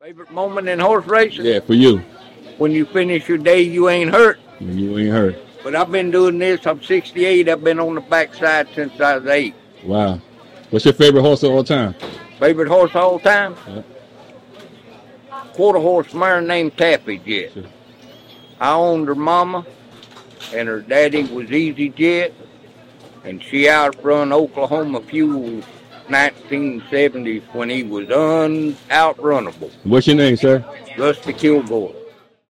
Favorite moment in horse racing? Yeah, for you. When you finish your day, you ain't hurt. You ain't hurt. But I've been doing this. I'm 68. I've been on the backside since I was eight. Wow. What's your favorite horse of all time? Favorite horse of all time? Yeah. Quarter horse mare named Taffy Jet. Sure. I owned her mama, and her daddy was Easy Jet, and she outrun Oklahoma Fuel 1970s when he was un outrunnable. What's your name, sir? Rusty Kilgore.